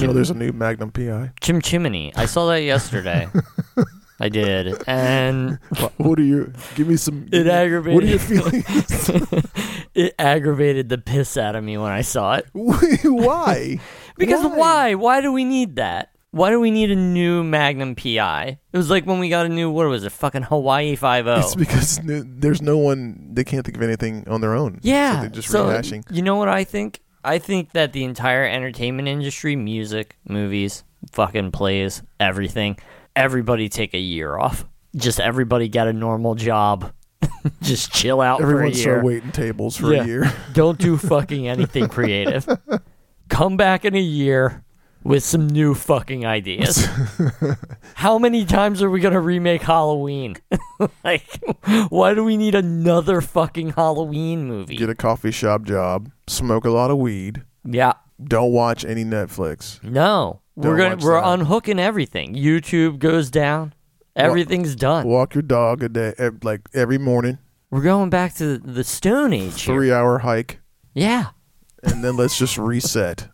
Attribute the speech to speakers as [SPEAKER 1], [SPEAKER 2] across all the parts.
[SPEAKER 1] know there's a new Magnum PI?
[SPEAKER 2] Chim Chimney. I saw that yesterday. I did, and
[SPEAKER 1] What- What are your? Give me some.
[SPEAKER 2] it aggravated.
[SPEAKER 1] What are your feelings?
[SPEAKER 2] it aggravated the piss out of me when I saw it.
[SPEAKER 1] Why?
[SPEAKER 2] Because why? why? do we need that? Why do we need a new Magnum PI? It was like when we got a new what was it? Fucking Hawaii Five oh. O.
[SPEAKER 1] It's because n- there's no one. They can't think of anything on their own.
[SPEAKER 2] Yeah.
[SPEAKER 1] so they're just rehashing.
[SPEAKER 2] You know what I think? I think that the entire entertainment industry, music, movies, fucking plays, everything, everybody take a year off. Just everybody get a normal job. Just chill out
[SPEAKER 1] Everyone
[SPEAKER 2] for a year.
[SPEAKER 1] started waiting tables for
[SPEAKER 2] Yeah.
[SPEAKER 1] a year.
[SPEAKER 2] Don't do fucking anything creative. Come back in a year with some new fucking ideas. How many times are we going to remake Halloween? like, why do we need another fucking Halloween movie?
[SPEAKER 1] Get a coffee shop job. Smoke a lot of weed.
[SPEAKER 2] yeah.
[SPEAKER 1] Don't watch any Netflix.
[SPEAKER 2] No, we're
[SPEAKER 1] Don't
[SPEAKER 2] gonna
[SPEAKER 1] watch
[SPEAKER 2] we're
[SPEAKER 1] that.
[SPEAKER 2] unhooking everything. YouTube goes down. Everything's done.
[SPEAKER 1] Walk your dog a day, ev- like every morning,
[SPEAKER 2] We're going back to the, the Stone Age. here.
[SPEAKER 1] three hour hike,
[SPEAKER 2] Yeah.
[SPEAKER 1] and then let's just reset.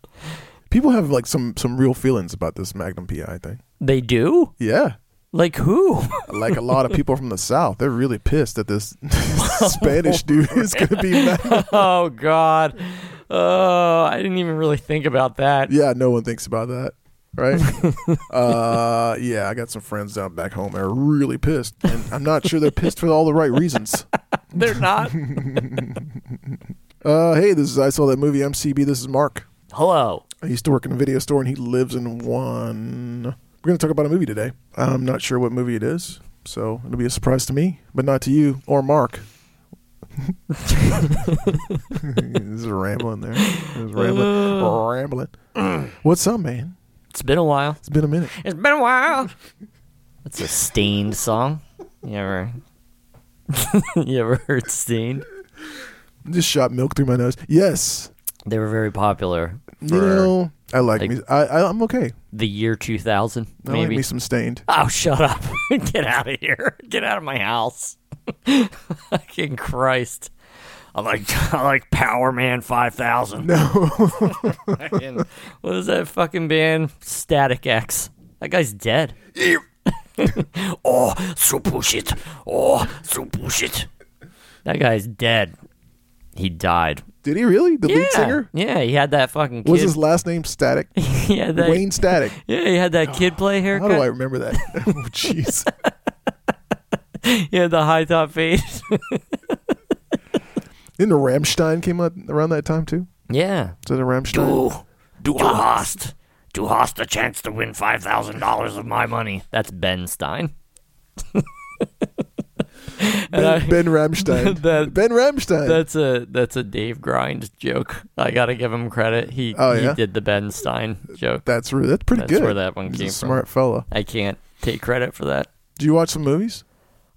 [SPEAKER 1] People have like some some real feelings about this Magnum PI thing.
[SPEAKER 2] They do?
[SPEAKER 1] Yeah,
[SPEAKER 2] Like who?
[SPEAKER 1] like a lot of people from the South, they're really pissed that this Spanish dude is going to be Magnum.
[SPEAKER 2] oh god. Oh, I didn't even really think about that.
[SPEAKER 1] Yeah, no one thinks about that, right? uh, yeah, I got some friends down back home that are really pissed, and I'm not sure they're pissed for all the right reasons.
[SPEAKER 2] They're not.
[SPEAKER 1] Uh, hey, this is I saw that movie MCB. This is Mark.
[SPEAKER 2] Hello.
[SPEAKER 1] I used to work in a video store, and he lives in one. We're going to talk about a movie today. I'm not sure what movie it is, so it'll be a surprise to me, but not to you or Mark. There's a rambling there. There's rambling.
[SPEAKER 2] Uh.
[SPEAKER 1] rambling. What's up, man?
[SPEAKER 2] It's been a while.
[SPEAKER 1] It's been a minute.
[SPEAKER 2] It's been a while. That's a stained song. You ever You ever heard Stained?
[SPEAKER 1] Just shot milk through my nose. Yes.
[SPEAKER 2] They were very popular for
[SPEAKER 1] you know, I like,
[SPEAKER 2] like-
[SPEAKER 1] me. I, I, I'm okay.
[SPEAKER 2] the year 2000
[SPEAKER 1] I
[SPEAKER 2] maybe.
[SPEAKER 1] like me some stained.
[SPEAKER 2] Oh, shut up. Get out of here. Get out of my house. Fucking Christ. I like I like Power Man 5000.
[SPEAKER 1] No.
[SPEAKER 2] Fucking- what is that fucking band? Static X. That guy's dead. oh, so push it. Oh, so push it. That guy's dead. He died.
[SPEAKER 1] Did he really? The
[SPEAKER 2] yeah.
[SPEAKER 1] lead singer?
[SPEAKER 2] Yeah, he had that fucking kid.
[SPEAKER 1] Was his last name Static?
[SPEAKER 2] he had that,
[SPEAKER 1] Wayne Static.
[SPEAKER 2] Yeah, he had that kid play
[SPEAKER 1] How
[SPEAKER 2] haircut.
[SPEAKER 1] do I remember that? Oh, Jeez.
[SPEAKER 2] He had the high top face.
[SPEAKER 1] Didn't Ramstein came out around that time too?
[SPEAKER 2] yeah.
[SPEAKER 1] Is that a Ramstein?
[SPEAKER 2] Du hast. Du hast a chance to win $5,000 of my money. That's Ben Stein.
[SPEAKER 1] Ben, ben Ramstein.
[SPEAKER 2] That-
[SPEAKER 1] ben Ramstein.
[SPEAKER 2] That's a that's a Dave Grind joke. I gotta give him credit. He
[SPEAKER 1] Oh,
[SPEAKER 2] he
[SPEAKER 1] yeah?
[SPEAKER 2] did the Ben Stein joke.
[SPEAKER 1] that's re- that's pretty
[SPEAKER 2] That's
[SPEAKER 1] good.
[SPEAKER 2] where that one
[SPEAKER 1] He's
[SPEAKER 2] came
[SPEAKER 1] a
[SPEAKER 2] from.
[SPEAKER 1] smart fella.
[SPEAKER 2] I can't take credit for that.
[SPEAKER 1] Do you watch some movies?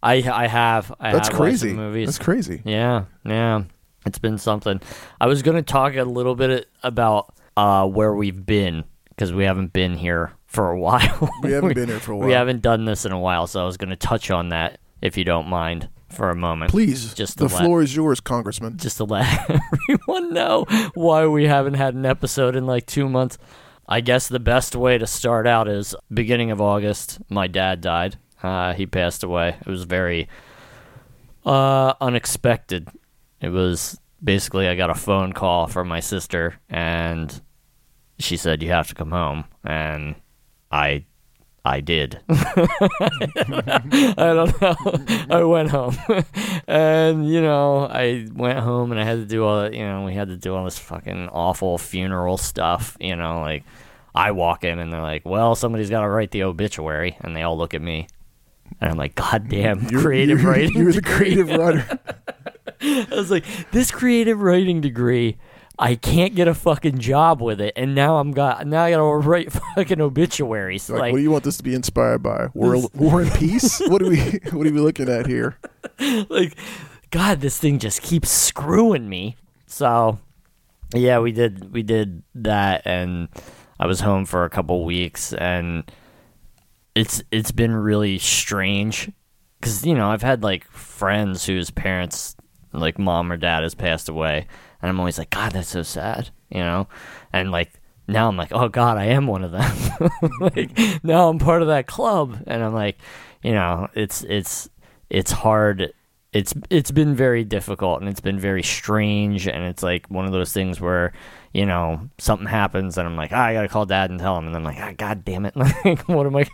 [SPEAKER 2] I I have I
[SPEAKER 1] That's
[SPEAKER 2] have watched
[SPEAKER 1] crazy.
[SPEAKER 2] some movies.
[SPEAKER 1] That's crazy.
[SPEAKER 2] Yeah, yeah. It's been something. I was going to talk a little bit about uh, where we've been because we haven't been here for a while.
[SPEAKER 1] We haven't been here for a while.
[SPEAKER 2] We haven't done this in a while, so I was going to touch on that if you don't mind for a moment.
[SPEAKER 1] Please,
[SPEAKER 2] Just
[SPEAKER 1] the
[SPEAKER 2] the la-
[SPEAKER 1] floor is yours, Congressman.
[SPEAKER 2] Just to let everyone know why we haven't had an episode in like two months. I guess the best way to start out is beginning of August, my dad died. Uh, he passed away. It was very uh, unexpected. It was basically I got a phone call from my sister, and she said you have to come home, and I, I did. I don't know. I went home, and you know I went home, and I had to do all that. You know, we had to do all this fucking awful funeral stuff. You know, like. I walk in and they're like, "Well, somebody's got to write the obituary," and they all look at me, and I'm like, "God damn,
[SPEAKER 1] You're-
[SPEAKER 2] creative
[SPEAKER 1] you're,
[SPEAKER 2] writing."
[SPEAKER 1] You're the creative writer.
[SPEAKER 2] I was like, this creative writing degree, I can't get a fucking job with it, and now I'm got now I gotta write fucking obituaries.
[SPEAKER 1] Like,
[SPEAKER 2] Like,
[SPEAKER 1] what do you want this to be inspired by? War, War and Peace. What are we? What are we looking at here?
[SPEAKER 2] like, God, this thing just keeps screwing me. So, yeah, we did we did that, and I was home for a couple weeks, and it's it's been really strange because you know I've had like friends whose parents like mom or dad has passed away, and I'm always like, God, that's so sad, you know, and like now I'm like, oh God, I am one of them. like now I'm part of that club, and I'm like, you know, it's it's it's hard. It's it's been very difficult, and it's been very strange, and it's like one of those things where you know something happens, and I'm like, ah, I gotta call Dad and tell him, and I'm like, ah, God damn it, like what am I?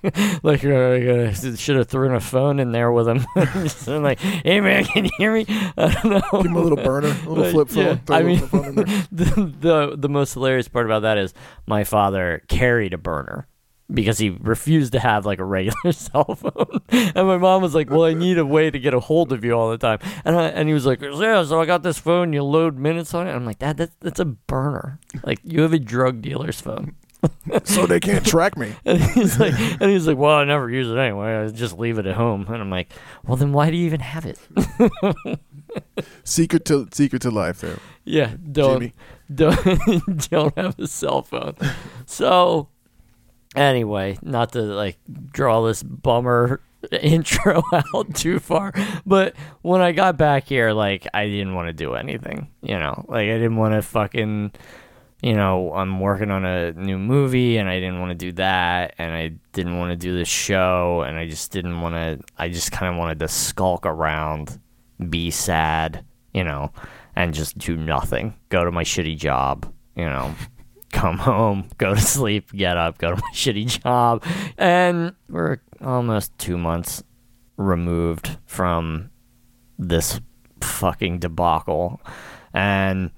[SPEAKER 2] like uh, I should have thrown a phone in there with him. so I'm like, hey man, can you hear me? I don't know.
[SPEAKER 1] Give him a little burner, a little
[SPEAKER 2] Like,
[SPEAKER 1] flip phone.
[SPEAKER 2] yeah,
[SPEAKER 1] throw a
[SPEAKER 2] I
[SPEAKER 1] little flip
[SPEAKER 2] mean-
[SPEAKER 1] phone in there.
[SPEAKER 2] the, the the most hilarious part about that is my father carried a burner because he refused to have like a regular cell phone, and my mom was like, "Well, I need a way to get a hold of you all the time," and I, and he was like, "Yeah, so I got this phone. You load minutes on it." And I'm like, "Dad, that's that's a burner. Like you have a drug dealer's phone."
[SPEAKER 1] so they can't track me.
[SPEAKER 2] And he's like, and he's like, "Well, I never use it anyway. I just leave it at home." And I'm like, "Well, then why do you even have it?"
[SPEAKER 1] Secret to secret to life there.
[SPEAKER 2] Yeah, don't
[SPEAKER 1] Jimmy.
[SPEAKER 2] don't don't have a cell phone. So anyway, not to like draw this bummer intro out too far, but when I got back here, like I didn't want to do anything, you know, like I didn't want to fucking, you know, I'm working on a new movie and I didn't want to do that, and I didn't want to do this show, and I just didn't want to. I just kind of wanted to skulk around, be sad, you know, and just do nothing. Go to my shitty job, you know, come home, go to sleep, get up, go to my shitty job. And we're almost two months removed from this fucking debacle. And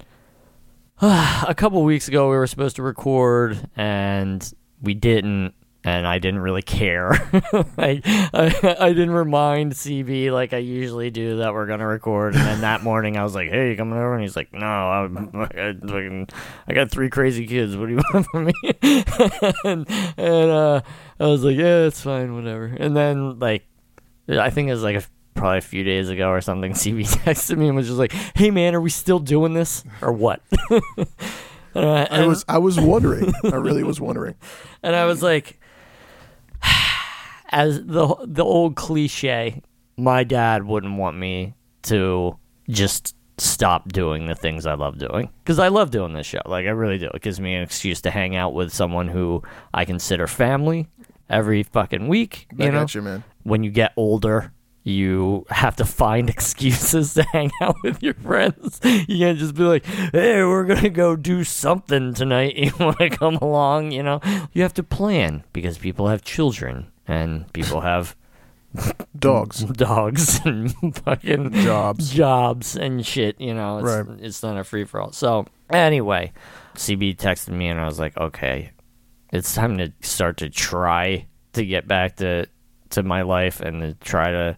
[SPEAKER 2] a couple weeks ago, we were supposed to record and we didn't. And I didn't really care. I, I I didn't remind CB like I usually do that we're gonna record. And then that morning I was like, "Hey, you coming over?" And he's like, "No, I'm, I, fucking- I got three crazy kids. What do you want from me?" and and uh, I was like, "Yeah, it's fine, whatever." And then like I think it was like a, probably a few days ago or something. CB texted me and was just like, "Hey man, are we still doing this or what?" and, I,
[SPEAKER 1] I was I was wondering. I really was wondering.
[SPEAKER 2] and I was like, as the the old cliche, my dad wouldn't want me to just stop doing the things I love doing because I love doing this show. Like I really do. It gives me an excuse to hang out with someone who I consider family every fucking week.
[SPEAKER 1] Back
[SPEAKER 2] you know,
[SPEAKER 1] at you, man.
[SPEAKER 2] when you get older, you have to find excuses to hang out with your friends. You can't just be like, hey, we're going to go do something tonight. You want to come along? You know, you have to plan because people have children and people have
[SPEAKER 1] Dogs,
[SPEAKER 2] dogs and fucking
[SPEAKER 1] jobs.
[SPEAKER 2] jobs and shit. You know, it's,
[SPEAKER 1] Right.
[SPEAKER 2] it's not a free for all. So anyway, CB texted me and I was like, okay, it's time to start to try to get back to to my life and to try to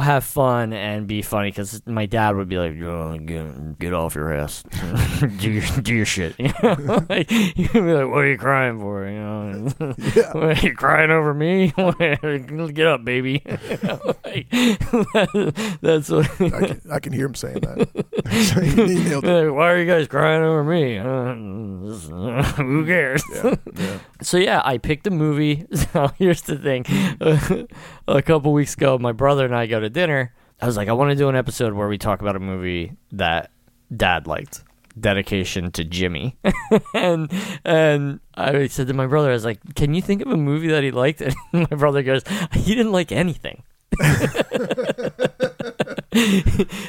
[SPEAKER 2] have fun and be funny because my dad would be like, "Oh, get, get off your ass, do your do your shit. You know? like, he'd be like, what are you crying for? You know,
[SPEAKER 1] Yeah.
[SPEAKER 2] What, are you crying over me? get up, baby. You know, like, that's what.
[SPEAKER 1] I can, I can hear him saying that. he nailed it.
[SPEAKER 2] Like, why are you guys crying over me? Uh, who cares?
[SPEAKER 1] Mm-hmm. Yeah, yeah.
[SPEAKER 2] So yeah, I picked a movie. So here's the thing: a couple weeks ago, my brother and I go to dinner. I was like, I want to do an episode where we talk about a movie that Dad liked, Dedication to Jimmy, and and I said to my brother, I was like, Can you think of a movie that he liked? And my brother goes, He didn't like anything.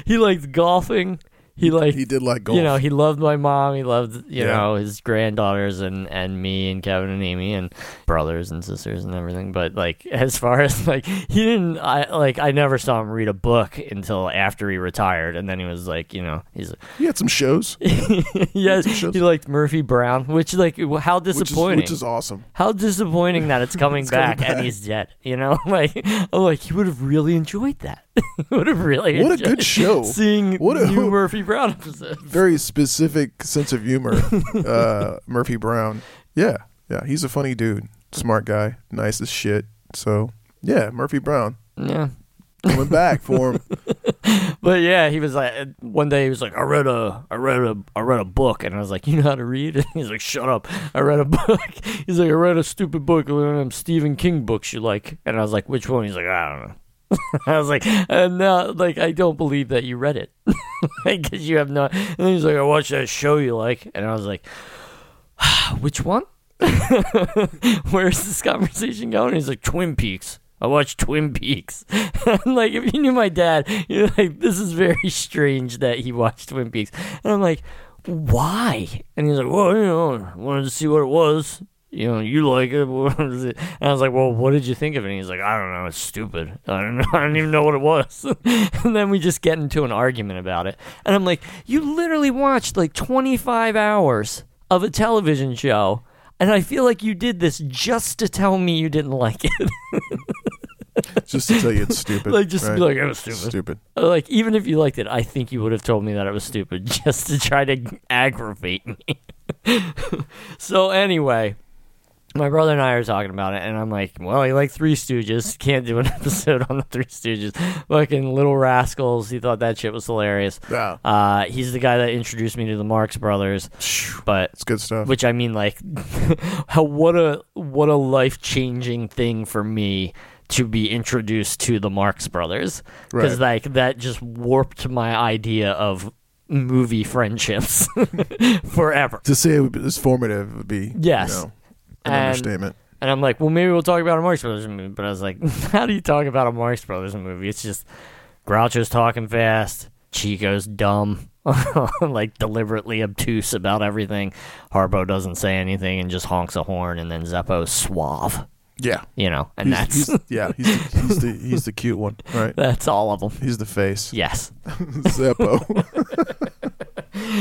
[SPEAKER 2] he liked golfing. He liked
[SPEAKER 1] He did like golf.
[SPEAKER 2] you know, he loved my mom. He loved, you
[SPEAKER 1] Yeah.
[SPEAKER 2] know, his granddaughters and, and me and Kevin and Amy and brothers and sisters and everything. But like, as far as like, he didn't. I like, I never saw him read a book until after he retired, and then he was like, you know, he's
[SPEAKER 1] he had some shows,
[SPEAKER 2] like, yes, he
[SPEAKER 1] shows.
[SPEAKER 2] liked Murphy Brown, which like, how
[SPEAKER 1] which is,
[SPEAKER 2] disappointing.
[SPEAKER 1] which is awesome.
[SPEAKER 2] How disappointing that it's coming,
[SPEAKER 1] coming
[SPEAKER 2] back, and he's dead. You know, like I'm like he would have really enjoyed that. would have really
[SPEAKER 1] What a
[SPEAKER 2] enjoyed
[SPEAKER 1] good show.
[SPEAKER 2] seeing
[SPEAKER 1] What a-
[SPEAKER 2] new Murphy Brown episode.
[SPEAKER 1] Very specific sense of humor. Uh, Murphy Brown. Yeah, yeah. He's a funny dude. Smart guy. Nice as shit. So yeah, Murphy Brown
[SPEAKER 2] Yeah.
[SPEAKER 1] coming back for him.
[SPEAKER 2] But yeah, he was like one day he was like, I read a I read a I read a book and I was like, You know how to read? And he's like, Shut up. I read a book. He's like, I read a stupid book, one of them Stephen King books you like and I was like, Which one? He's like, I don't know. I was like, and now, like, I don't believe that you read it, because you have not. And he's like, I watched that show you like, and I was like, Which one? Where's this conversation going? He's like, Twin Peaks. I watch Twin Peaks. I'm like, if you knew my dad, you're like, this is very strange that he watched Twin Peaks. And I'm like, why? And he's like, well, you know, I wanted to see what it was. You know, you like it. what is it? And I was like, well, what did you think of it? And he's like, I don't know. It's stupid. I don't know. I don't even know what it was. and then we just get into an argument about it. And I'm like, you literally watched like 25 hours of a television show. And I feel like you did this just to tell me you didn't like it.
[SPEAKER 1] Just to tell you it's stupid.
[SPEAKER 2] like, just to
[SPEAKER 1] right?
[SPEAKER 2] be like, it was stupid. Uh,
[SPEAKER 1] stupid.
[SPEAKER 2] Like, even if you liked it, I think you would have told me that it was stupid just to try to aggravate me. so, anyway, my brother and I are talking about it, and I'm like, well, he liked Three Stooges. Can't do an episode on the Three Stooges. Fucking Little Rascals. He thought that shit was hilarious.
[SPEAKER 1] Yeah.
[SPEAKER 2] Uh, he's the guy that introduced me to the Marx Brothers, but
[SPEAKER 1] It's good stuff.
[SPEAKER 2] which I mean, like, how what a what a life changing thing for me to be introduced to the Marx Brothers because like that just warped my idea of movie friendships forever.
[SPEAKER 1] to say it was formative would be
[SPEAKER 2] Yes.
[SPEAKER 1] you know, an
[SPEAKER 2] And-
[SPEAKER 1] understatement.
[SPEAKER 2] And I'm like, well, maybe we'll talk about a Marx Brothers movie. But I was like, how do you talk about a Marx Brothers movie? It's just Groucho's talking fast, Chico's dumb, like deliberately obtuse about everything. Harpo doesn't say anything and just honks a horn, and then Zeppo's suave,
[SPEAKER 1] Yeah.
[SPEAKER 2] you know, and
[SPEAKER 1] He's-
[SPEAKER 2] that's
[SPEAKER 1] he's- yeah. He's the, he's the he's the cute one, right?
[SPEAKER 2] that's all of them.
[SPEAKER 1] He's the face.
[SPEAKER 2] Yes.
[SPEAKER 1] Zeppo.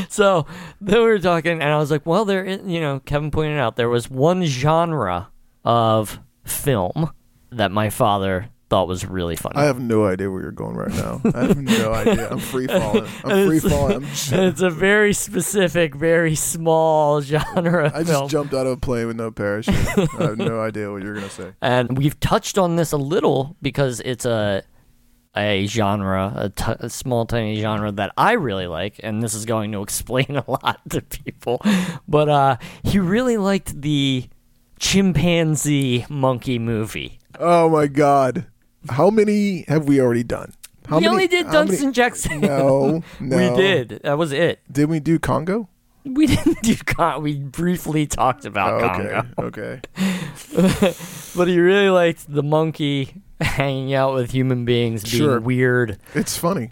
[SPEAKER 2] so then we were talking, and I was like, well, there, is, you know, Kevin pointed out there was one genre of film that my father thought was really funny.
[SPEAKER 1] I have no idea where you're going right now. I have no idea. I'm free falling. I'm free falling. I'm just,
[SPEAKER 2] And it's a very specific, very small genre of
[SPEAKER 1] I
[SPEAKER 2] film.
[SPEAKER 1] just jumped out of a plane with no parachute. I have no idea what you're gonna say.
[SPEAKER 2] and we've touched on this a little because it's a a genre, a, t- a small tiny genre that I really like, and this is going to explain a lot to people. But uh, he really liked the chimpanzee monkey movie.
[SPEAKER 1] Oh my god. How many have we already done? How
[SPEAKER 2] we
[SPEAKER 1] many,
[SPEAKER 2] only did
[SPEAKER 1] how
[SPEAKER 2] Dunstan Jackson.
[SPEAKER 1] Many, no, no.
[SPEAKER 2] We did. That was it.
[SPEAKER 1] Did we do Congo?
[SPEAKER 2] We didn't do Con- We briefly talked about
[SPEAKER 1] Oh,
[SPEAKER 2] Congo.
[SPEAKER 1] okay. Okay.
[SPEAKER 2] But he really liked the monkey hanging out with human beings, being
[SPEAKER 1] Sure.
[SPEAKER 2] weird.
[SPEAKER 1] It's funny.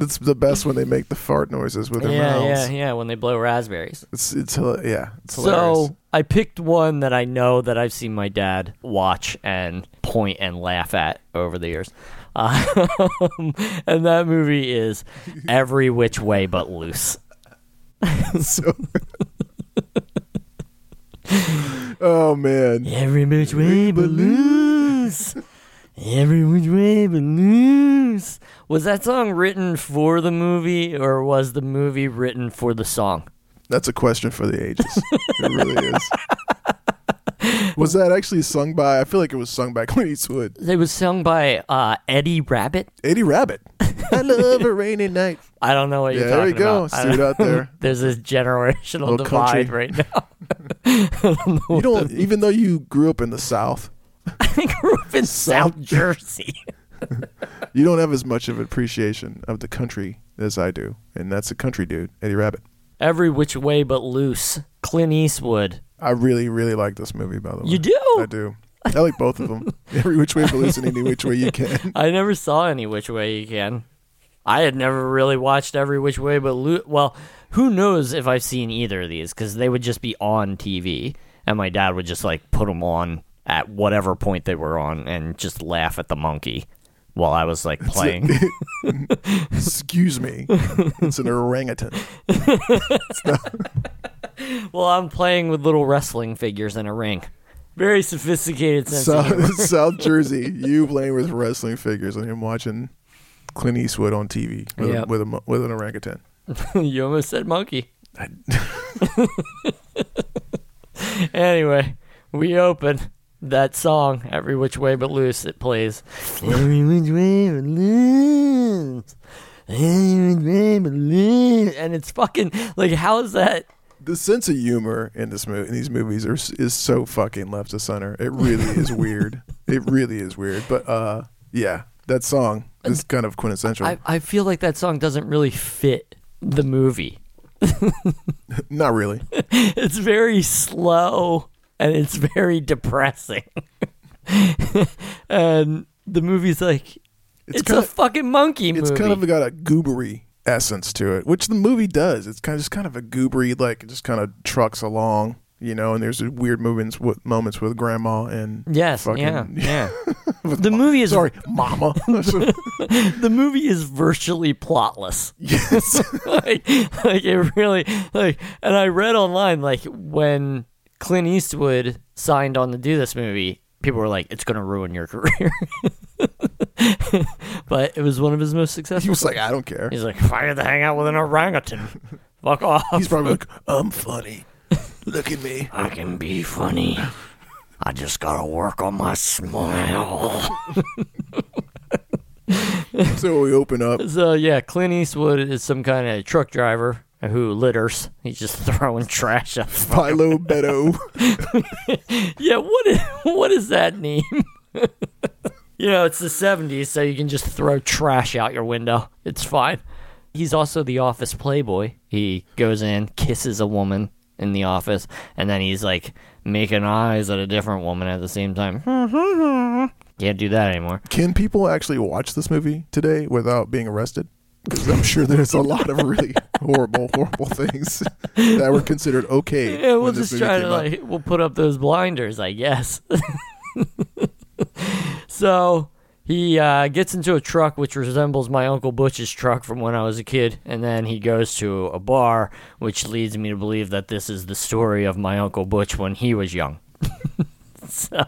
[SPEAKER 1] it's the best when they make the fart noises with their
[SPEAKER 2] yeah,
[SPEAKER 1] mouths.
[SPEAKER 2] yeah, yeah. When they blow raspberries.
[SPEAKER 1] It's it's hila- yeah, it's hilarious.
[SPEAKER 2] So I picked one that I know that I've seen my dad watch and point and laugh at over the years. Uh, and that movie is Every Which Way But Loose.
[SPEAKER 1] so oh man
[SPEAKER 2] Every which way but loose. Every which way but loose. Was that song written for the movie or was the movie written for the song?
[SPEAKER 1] that's a question for the ages it really is was that actually sung by i feel like it was sung by clint eastwood
[SPEAKER 2] It was sung by uh, Eddie Rabbit.
[SPEAKER 1] eddie rabbit i love a rainy night
[SPEAKER 2] I don't know what
[SPEAKER 1] yeah
[SPEAKER 2] you're
[SPEAKER 1] there
[SPEAKER 2] talking
[SPEAKER 1] you go
[SPEAKER 2] about. I
[SPEAKER 1] see it
[SPEAKER 2] don't-
[SPEAKER 1] out there
[SPEAKER 2] There's this generational
[SPEAKER 1] Little
[SPEAKER 2] divide
[SPEAKER 1] country.
[SPEAKER 2] right now.
[SPEAKER 1] you don't even though you grew up in the south
[SPEAKER 2] I grew up in
[SPEAKER 1] South
[SPEAKER 2] South Jersey.
[SPEAKER 1] you don't have as much of appreciation of the country as i do and that's a country dude eddie rabbit
[SPEAKER 2] Every which way but loose. Clint Eastwood.
[SPEAKER 1] i really really like this movie by the way
[SPEAKER 2] You do?
[SPEAKER 1] i do i like both of them every which way but loose and any which way you can
[SPEAKER 2] I never saw any which way you can. I had never really watched every which way but Lou. Well, who knows if I've seen either of these because they would just be on TV, and my dad would just like put them on at whatever point they were on and just laugh at the monkey while I was like playing.
[SPEAKER 1] Excuse me. It's an orangutan.
[SPEAKER 2] well, I'm playing with little wrestling figures in a ring. Very sophisticated sense. of humor.
[SPEAKER 1] South, South Jersey, you playing with wrestling figures and him watching Clint Eastwood on TV with, a,
[SPEAKER 2] Yep.
[SPEAKER 1] with, a, mo- with an orangutan.
[SPEAKER 2] you almost said monkey. anyway, we open that song, Every Which Way But Loose, it plays. Every Which Way But Loose. Every Which Way But Loose. And it's fucking, like, how is that?
[SPEAKER 1] The sense of humor in this movie, in these movies, are, s- is so fucking left to center. It really is weird. It really is weird. But uh, yeah, that song is kind of quintessential.
[SPEAKER 2] I, I feel like that song doesn't really fit the movie.
[SPEAKER 1] Not really.
[SPEAKER 2] It's very slow and it's very depressing. and the movie's like, it's,
[SPEAKER 1] kind
[SPEAKER 2] a fucking monkey movie.
[SPEAKER 1] it's kind of got a goobery essence to it, which the movie does. It's kind of just kind of a goobery, like it just kind of trucks along, you know. And there's weird moments with moments with grandma and
[SPEAKER 2] yes,
[SPEAKER 1] fucking-
[SPEAKER 2] yeah, yeah.
[SPEAKER 1] with
[SPEAKER 2] The
[SPEAKER 1] mo-
[SPEAKER 2] movie is
[SPEAKER 1] sorry, mama.
[SPEAKER 2] the movie is virtually plotless.
[SPEAKER 1] yes,
[SPEAKER 2] like, like it really like and i read online like when clint eastwood signed on to do this movie people were like it's going to ruin your career but it was one of his most
[SPEAKER 1] he
[SPEAKER 2] successful
[SPEAKER 1] was like, I don't care.
[SPEAKER 2] he's like if i had to hang out with an orangutan fuck off
[SPEAKER 1] He's probably like, I'm funny. Look at me.
[SPEAKER 2] i can be funny i just gotta work on my smile
[SPEAKER 1] So we open up.
[SPEAKER 2] so yeah clint eastwood is some kind of truck driver who litters he's just throwing trash up
[SPEAKER 1] Philo Beto.
[SPEAKER 2] Yeah, what is, what is that name? you know, it's the 70s, so you can just throw trash out your window. It's fine. He's also the office playboy. He goes in, kisses a woman in the office, and then he's like making eyes at a different woman at the same time. Can't do that anymore.
[SPEAKER 1] Can people actually watch this movie today without being arrested? Because I'm sure there's a lot of really horrible, horrible things that were considered okay.
[SPEAKER 2] Yeah, we'll
[SPEAKER 1] when this
[SPEAKER 2] just
[SPEAKER 1] movie
[SPEAKER 2] try to
[SPEAKER 1] came out.
[SPEAKER 2] like we'll put up those blinders, I guess. so he uh, gets into a truck which resembles my uncle Butch's truck from when I was a kid, and then he goes to a bar, which leads me to believe that this is the story of my uncle Butch when he was young. so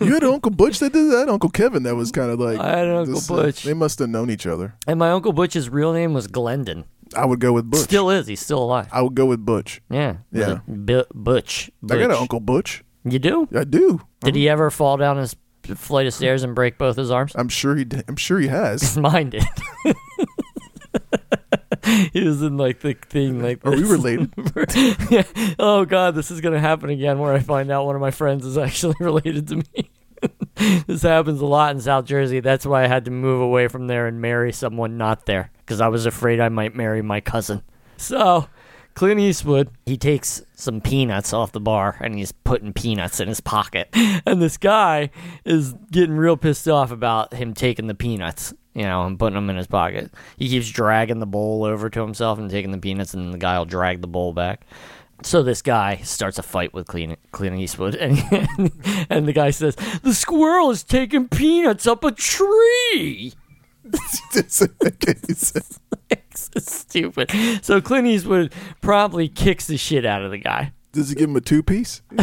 [SPEAKER 1] You had an Uncle Butch that did that. Uncle Kevin, that was kind of like
[SPEAKER 2] I had an Uncle
[SPEAKER 1] uh,
[SPEAKER 2] Butch.
[SPEAKER 1] they must have known each other.
[SPEAKER 2] and my uncle Butch's real name was Glendon.
[SPEAKER 1] I would go with Butch.
[SPEAKER 2] Still is. He's still alive.
[SPEAKER 1] I would go with Butch.
[SPEAKER 2] Yeah. with
[SPEAKER 1] Yeah.
[SPEAKER 2] a Bu- Butch. Butch.
[SPEAKER 1] I got an Uncle Mm-hmm. Butch.
[SPEAKER 2] You do?
[SPEAKER 1] I do.
[SPEAKER 2] Did he ever fall down his flight of stairs and break both his arms?
[SPEAKER 1] I'm sure he. d- I'm sure he has.
[SPEAKER 2] minded. he was in like the thing like
[SPEAKER 1] Are we
[SPEAKER 2] this.
[SPEAKER 1] related?
[SPEAKER 2] yeah. Oh god, this is gonna happen again where I find out one of my friends is actually related to me. this happens a lot in South Jersey. That's why I had to move away from there and marry someone not there because I was afraid I might marry my cousin. So, Clint Eastwood, he takes some peanuts off the bar and he's putting peanuts in his pocket. And this guy is getting real pissed off about him taking the peanuts, you know, and putting them in his pocket. He keeps dragging the bowl over to himself and taking the peanuts, and the guy will drag the bowl back. So this guy starts a fight with Clint, Clint Eastwood, and, and the guy says, "The squirrel is taking peanuts up a tree." It's stupid. So Clint Eastwood probably kicks the shit out of the guy.
[SPEAKER 1] Does he give him a two piece?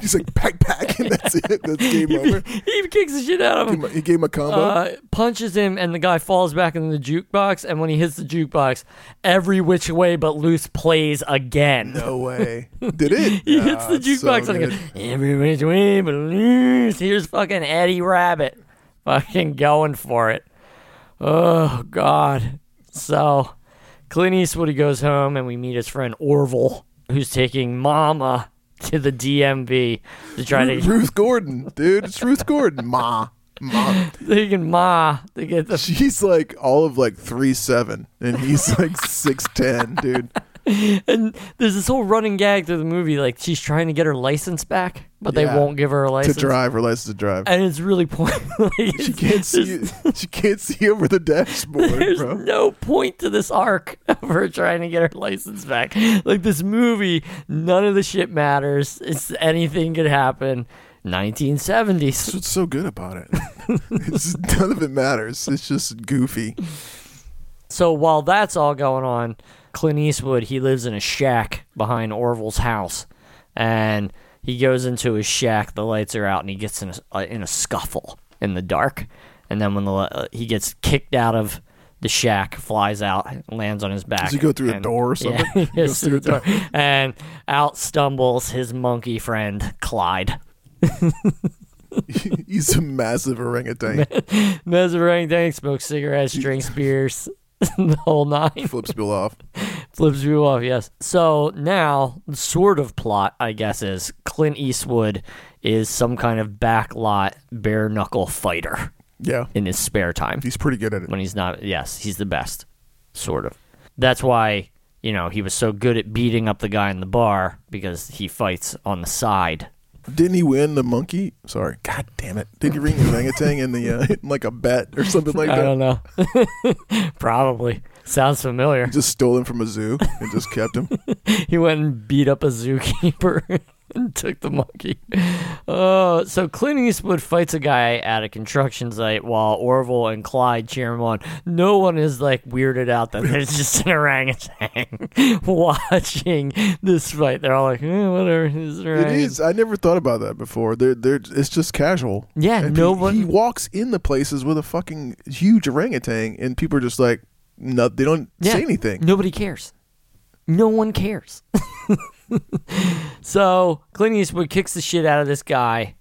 [SPEAKER 1] He's like pack pack, and that's it. That's game over.
[SPEAKER 2] He kicks the shit out of him.
[SPEAKER 1] He gave him a combo.
[SPEAKER 2] uh, punches him, and the guy falls back into the jukebox. And when he hits the jukebox, every which way but loose plays again.
[SPEAKER 1] no way. Did it?
[SPEAKER 2] He hits the jukebox
[SPEAKER 1] so
[SPEAKER 2] and
[SPEAKER 1] good.
[SPEAKER 2] goes, every which way but loose. Here's fucking Eddie Rabbit, fucking going for it. Oh God. So, Clint Eastwood he goes home, and we meet his friend Orville, who's taking Mama to the DMV to try to
[SPEAKER 1] Ruth Gordon, dude. It's Ruth Gordon. Ma. Ma.
[SPEAKER 2] taking Ma to get the
[SPEAKER 1] She's like all of like three seven, and he's like six ten, dude.
[SPEAKER 2] And there's this whole running gag through the movie, like she's trying to get her license back, but they
[SPEAKER 1] Yeah.
[SPEAKER 2] won't give her a
[SPEAKER 1] To
[SPEAKER 2] license.
[SPEAKER 1] drive or license to drive.
[SPEAKER 2] And it's really point. like,
[SPEAKER 1] She
[SPEAKER 2] it's-
[SPEAKER 1] can't see. She can't see over the dashboard,
[SPEAKER 2] there's
[SPEAKER 1] bro.
[SPEAKER 2] no point to this arc of her trying to get her license back. Like this movie, none of the shit matters. It's anything could happen. 1970s.
[SPEAKER 1] That's what's so good about it. It's, none of it matters. It's just goofy.
[SPEAKER 2] So while that's all going on, Clint Eastwood he lives in a shack behind Orville's house, and he goes into his shack. The lights are out, and he gets in a, uh, in a scuffle in the dark. And then when the li- uh, he gets kicked out of the shack, flies out, lands on his back.
[SPEAKER 1] Does he go through a
[SPEAKER 2] and-
[SPEAKER 1] door or something?
[SPEAKER 2] Yeah, he goes through a door, and out stumbles his monkey friend Clyde.
[SPEAKER 1] He's a massive orangutan.
[SPEAKER 2] Mesmerang Dank smokes cigarettes, drinks beers, the whole nine.
[SPEAKER 1] Flips people off.
[SPEAKER 2] flips you off yes so now the sort of plot i guess is clint eastwood is some kind of backlot bare knuckle fighter
[SPEAKER 1] Yeah,
[SPEAKER 2] in his spare time
[SPEAKER 1] he's pretty good at it.
[SPEAKER 2] when he's not yes he's the best sort of that's why you know, he was so good at beating up the guy in the bar because he fights on the side.
[SPEAKER 1] Didn't he win the monkey? Sorry, god damn it! Did he ring the orangutan in the uh, in like a bet or something like
[SPEAKER 2] I
[SPEAKER 1] that?
[SPEAKER 2] don't know. Probably. Sounds familiar.
[SPEAKER 1] Just stole him from a zoo and just kept him.
[SPEAKER 2] he went and beat up a zookeeper and took the monkey. Uh, so Clint Eastwood fights a guy at a construction site while Orville and Clyde cheer him on. No one is like weirded out that there's just an orangutan watching this fight. They're all like, eh, whatever. It's
[SPEAKER 1] It
[SPEAKER 2] an orangutan."
[SPEAKER 1] is. I never thought about that before. They're, they're, it's just casual.
[SPEAKER 2] Yeah,
[SPEAKER 1] And
[SPEAKER 2] no
[SPEAKER 1] he,
[SPEAKER 2] one-
[SPEAKER 1] He walks in the places with a fucking huge orangutan, and people are just like, no, they don't
[SPEAKER 2] Yeah. Mm.
[SPEAKER 1] say anything.
[SPEAKER 2] Nobody cares. No one cares. so Clint Eastwood kicks the shit out of this guy.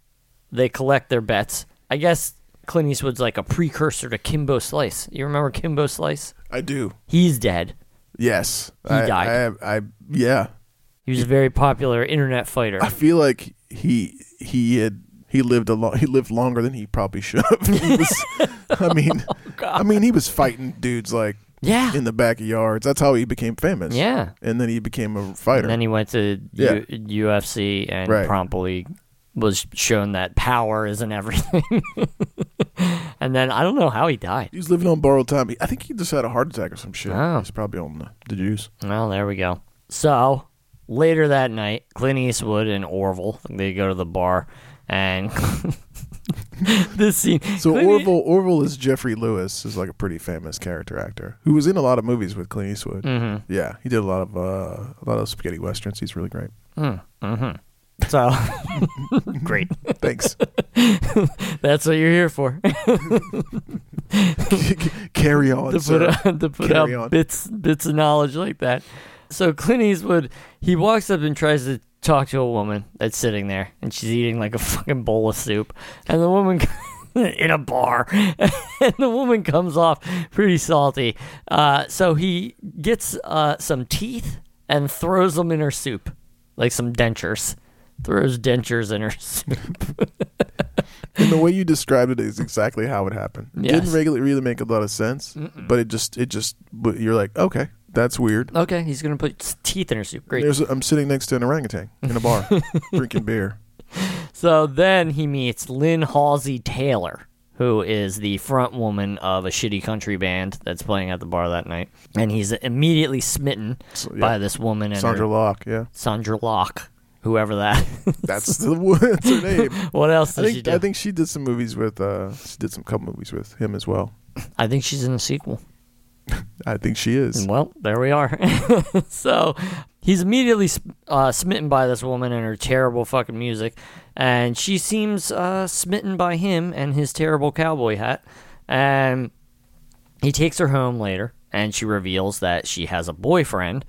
[SPEAKER 2] They collect their bets. I guess Clint Eastwood's like a precursor to Kimbo Slice. You remember Kimbo Slice?
[SPEAKER 1] I do.
[SPEAKER 2] He's dead.
[SPEAKER 1] Yes.
[SPEAKER 2] He
[SPEAKER 1] I,
[SPEAKER 2] died.
[SPEAKER 1] I, I, yeah.
[SPEAKER 2] He was a very popular internet fighter.
[SPEAKER 1] I feel like he he had he lived a lot. He lived longer than he probably should. have. He was,
[SPEAKER 2] Oh,
[SPEAKER 1] I mean, I mean, he was fighting dudes like
[SPEAKER 2] Yeah.
[SPEAKER 1] in the backyards. That's how he became famous.
[SPEAKER 2] Yeah.
[SPEAKER 1] And then he became a fighter.
[SPEAKER 2] And then he went to
[SPEAKER 1] Yeah.
[SPEAKER 2] U- UFC and
[SPEAKER 1] Right.
[SPEAKER 2] promptly was shown that power isn't everything. and then I don't know how he died.
[SPEAKER 1] He was living on borrowed time. He- I think he just had a heart attack or some shit.
[SPEAKER 2] Oh.
[SPEAKER 1] He's probably on the, the juice.
[SPEAKER 2] Well, there we go. So later that night, Clint Eastwood and Orville they go to the bar, and this scene.
[SPEAKER 1] So
[SPEAKER 2] Clint E-
[SPEAKER 1] Orville Orville is Jeffrey Lewis is like a pretty famous character actor who was in a lot of movies with Clint Eastwood.
[SPEAKER 2] Mhm.
[SPEAKER 1] Yeah, he did a lot of uh, a lot of spaghetti westerns. He's really great.
[SPEAKER 2] Mm, mhm. So great.
[SPEAKER 1] Thanks.
[SPEAKER 2] That's what you're here for.
[SPEAKER 1] Carry on,
[SPEAKER 2] to put
[SPEAKER 1] sir.
[SPEAKER 2] out, to put
[SPEAKER 1] uh, Carry
[SPEAKER 2] out
[SPEAKER 1] on.
[SPEAKER 2] bits bits of knowledge like that. So Clint Eastwood, he walks up and tries to talk to a woman that's sitting there, and she's eating like a fucking bowl of soup, and the woman in a bar, and the woman comes off pretty salty. Uh, so he gets uh, some teeth and throws them in her soup, like some dentures. Throws dentures in her soup.
[SPEAKER 1] And the way you described it is exactly how it happened. It
[SPEAKER 2] Yes.
[SPEAKER 1] Didn't really, really make a lot of sense, but it just it just but you're like okay, that's weird.
[SPEAKER 2] Okay, he's gonna put s- teeth in her soup. Great.
[SPEAKER 1] There's a, I'm sitting next to an orangutan in a bar drinking beer.
[SPEAKER 2] So then he meets Lynn Halsey Taylor, who is the front woman of a shitty country band that's playing at the bar that night. And he's immediately smitten
[SPEAKER 1] So, yeah.
[SPEAKER 2] by this woman and
[SPEAKER 1] Sandra
[SPEAKER 2] her,
[SPEAKER 1] Locke, yeah,
[SPEAKER 2] Sandra Locke, whoever that.
[SPEAKER 1] that's the that's her name.
[SPEAKER 2] what else
[SPEAKER 1] I
[SPEAKER 2] does she
[SPEAKER 1] think
[SPEAKER 2] do?
[SPEAKER 1] I think she did some movies with uh she did some couple movies with him as well.
[SPEAKER 2] I think she's in the sequel.
[SPEAKER 1] I think she is.
[SPEAKER 2] Well, there we are. so he's immediately uh, smitten by this woman and her terrible fucking music, and she seems uh, smitten by him and his terrible cowboy hat. And he takes her home later, and she reveals that she has a boyfriend,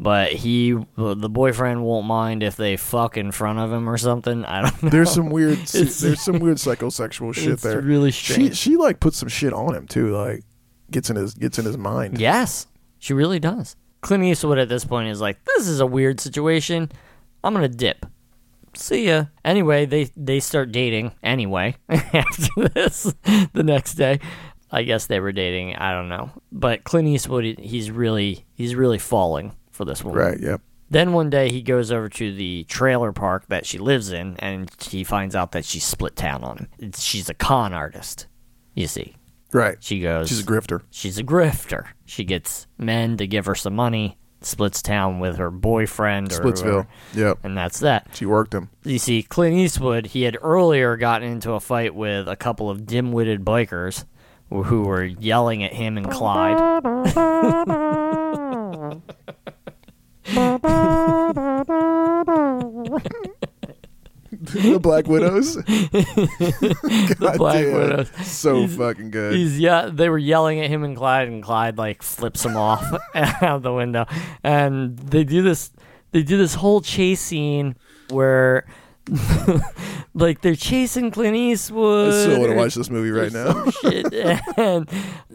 [SPEAKER 2] but he, the boyfriend, won't mind if they fuck in front of him or something. I don't know.
[SPEAKER 1] There's some weird
[SPEAKER 2] It's-
[SPEAKER 1] there's some weird psychosexual shit
[SPEAKER 2] it's
[SPEAKER 1] there.
[SPEAKER 2] really
[SPEAKER 1] she
[SPEAKER 2] strange.
[SPEAKER 1] she like puts some shit on him too, like gets in his gets in his mind.
[SPEAKER 2] Yes, she really does. Clint Eastwood at this point is like, this is a weird situation. I'm gonna dip. See ya. Anyway, they they start dating anyway after this the next day. I guess they were dating. I don't know. But Clint Eastwood, he's really he's really falling for this woman.
[SPEAKER 1] Right, yeah.
[SPEAKER 2] Then one day he goes over to the trailer park that she lives in, and he finds out that she split town on him. It's- She's a con artist. You see,
[SPEAKER 1] Right.
[SPEAKER 2] she goes.
[SPEAKER 1] She's a grifter.
[SPEAKER 2] She's a grifter. She gets men to give her some money, splits town with her boyfriend or
[SPEAKER 1] Splitsville.
[SPEAKER 2] whoever,
[SPEAKER 1] Yeah.
[SPEAKER 2] and that's that.
[SPEAKER 1] She worked him.
[SPEAKER 2] You see, Clint Eastwood, he had earlier gotten into a fight with a couple of dim witted bikers wh- who were yelling at him and Clyde.
[SPEAKER 1] the Black Widows. God
[SPEAKER 2] Black
[SPEAKER 1] damn.
[SPEAKER 2] Widows.
[SPEAKER 1] So fucking good.
[SPEAKER 2] He's yeah, they were yelling at him and Clyde, and Clyde like flips him off out the window, and they do this. They do this whole chase scene where, like, they're chasing Clint Eastwood.
[SPEAKER 1] I still want
[SPEAKER 2] or
[SPEAKER 1] to watch this movie right now.
[SPEAKER 2] shit and,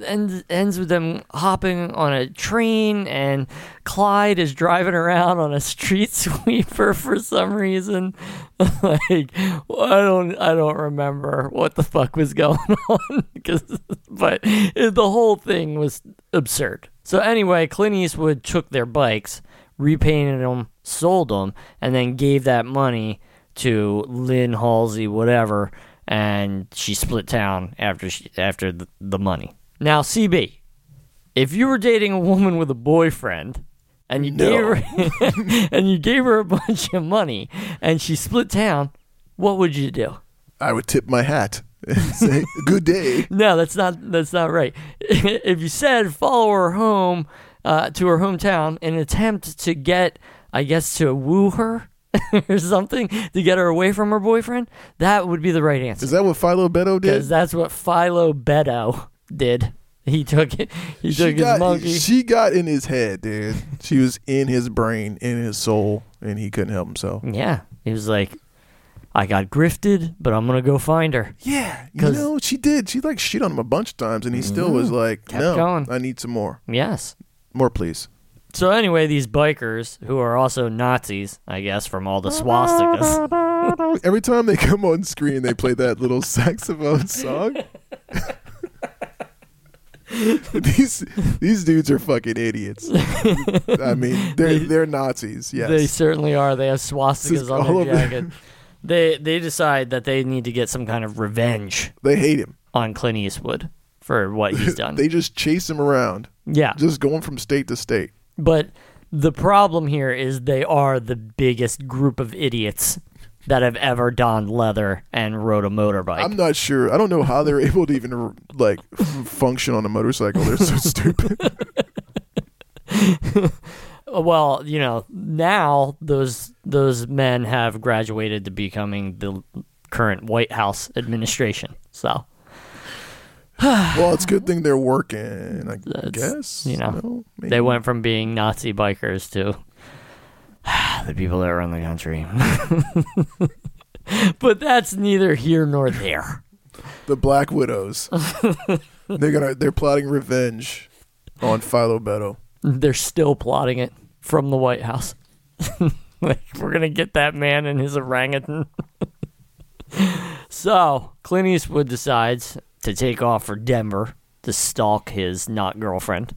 [SPEAKER 2] and ends with them hopping on a train and clyde is driving around on a street sweeper for some reason like i don't i don't remember what the fuck was going on 'cause- but it- the whole thing was absurd. So anyway, Clint Eastwood took their bikes, repainted them, sold them, and then gave that money to Lynn Halsey, whatever, and she split town after she, after the, the money. Now, CB, if you were dating a woman with a boyfriend and you
[SPEAKER 1] No.
[SPEAKER 2] gave her and you gave her a bunch of money and she split town, what would you do?
[SPEAKER 1] I would tip my hat and say, "Good day."
[SPEAKER 2] No, that's not that's not right. if you said follow her home uh, to her hometown in an attempt to get, I guess, to woo her or something to get her away from her boyfriend, that would be the right answer
[SPEAKER 1] Is that what Philo Beto
[SPEAKER 2] because
[SPEAKER 1] did?
[SPEAKER 2] that's what Philo Beto did. He took it. He took his
[SPEAKER 1] got,
[SPEAKER 2] monkey.
[SPEAKER 1] she got in his head, dude. She was in his brain, in his soul, and he couldn't help himself.
[SPEAKER 2] yeah, he was like, I got grifted, but I'm gonna go find her.
[SPEAKER 1] Yeah, you
[SPEAKER 2] 'Cause- Mm-hmm.
[SPEAKER 1] know, she did. She like shit on him a bunch of times, and he still was like,
[SPEAKER 2] kept
[SPEAKER 1] "No,
[SPEAKER 2] going."
[SPEAKER 1] I need some more,
[SPEAKER 2] Yes.
[SPEAKER 1] more, please."
[SPEAKER 2] So anyway, these bikers who are also Nazis, I guess, from all the swastikas.
[SPEAKER 1] Every time they come on screen, they play that little saxophone song. these these dudes are fucking idiots. I mean, they're
[SPEAKER 2] They-
[SPEAKER 1] they're Nazis. Yes,
[SPEAKER 2] They certainly are. They have
[SPEAKER 1] This
[SPEAKER 2] swastikas
[SPEAKER 1] is
[SPEAKER 2] on
[SPEAKER 1] all
[SPEAKER 2] their
[SPEAKER 1] of them.
[SPEAKER 2] jacket. they they decide that they need to get some kind of revenge
[SPEAKER 1] they hate him.
[SPEAKER 2] on Clint Eastwood for what he's done.
[SPEAKER 1] They just chase him around,
[SPEAKER 2] yeah.
[SPEAKER 1] just going from state to state.
[SPEAKER 2] But the problem here is they are the biggest group of idiots that have ever donned leather and rode a motorbike.
[SPEAKER 1] I'm not sure. I don't know how they're able to even like f- function on a motorcycle. They're so stupid.
[SPEAKER 2] well, you know, now those those men have graduated to becoming the current White House administration. So,
[SPEAKER 1] well, it's a good thing they're working. I guess
[SPEAKER 2] you know,
[SPEAKER 1] No?
[SPEAKER 2] They
[SPEAKER 1] Maybe.
[SPEAKER 2] went from being Nazi bikers to the people that run the country. but that's neither here nor there.
[SPEAKER 1] the Black Widows. they're gonna they're plotting revenge on Philo Beto.
[SPEAKER 2] They're still plotting it from the White House. like we're gonna get that man and his orangutan. so Clint Eastwood decides to take off for Denver to stalk his not girlfriend.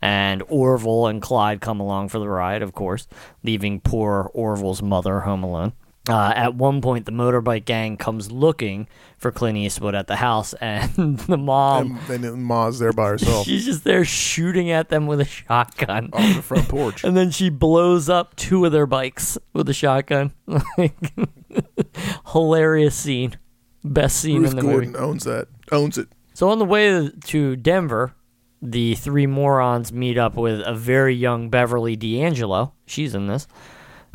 [SPEAKER 2] And Orville and Clyde come along for the ride, of course, leaving poor Orville's mother home alone. Uh, at one point, the motorbike gang comes looking for Clint Eastwood at the house, and the mom,
[SPEAKER 1] And and Oh, then Ma's there by herself
[SPEAKER 2] she's just there shooting at them with a shotgun.
[SPEAKER 1] on the front porch.
[SPEAKER 2] And then she blows up two of their bikes with a shotgun. Like, Hilarious scene. Best scene
[SPEAKER 1] Ruth
[SPEAKER 2] in the
[SPEAKER 1] Gordon
[SPEAKER 2] movie.
[SPEAKER 1] owns that. Owns it.
[SPEAKER 2] So on the way to Denver, the three morons meet up with a very young Beverly D'Angelo. She's in this.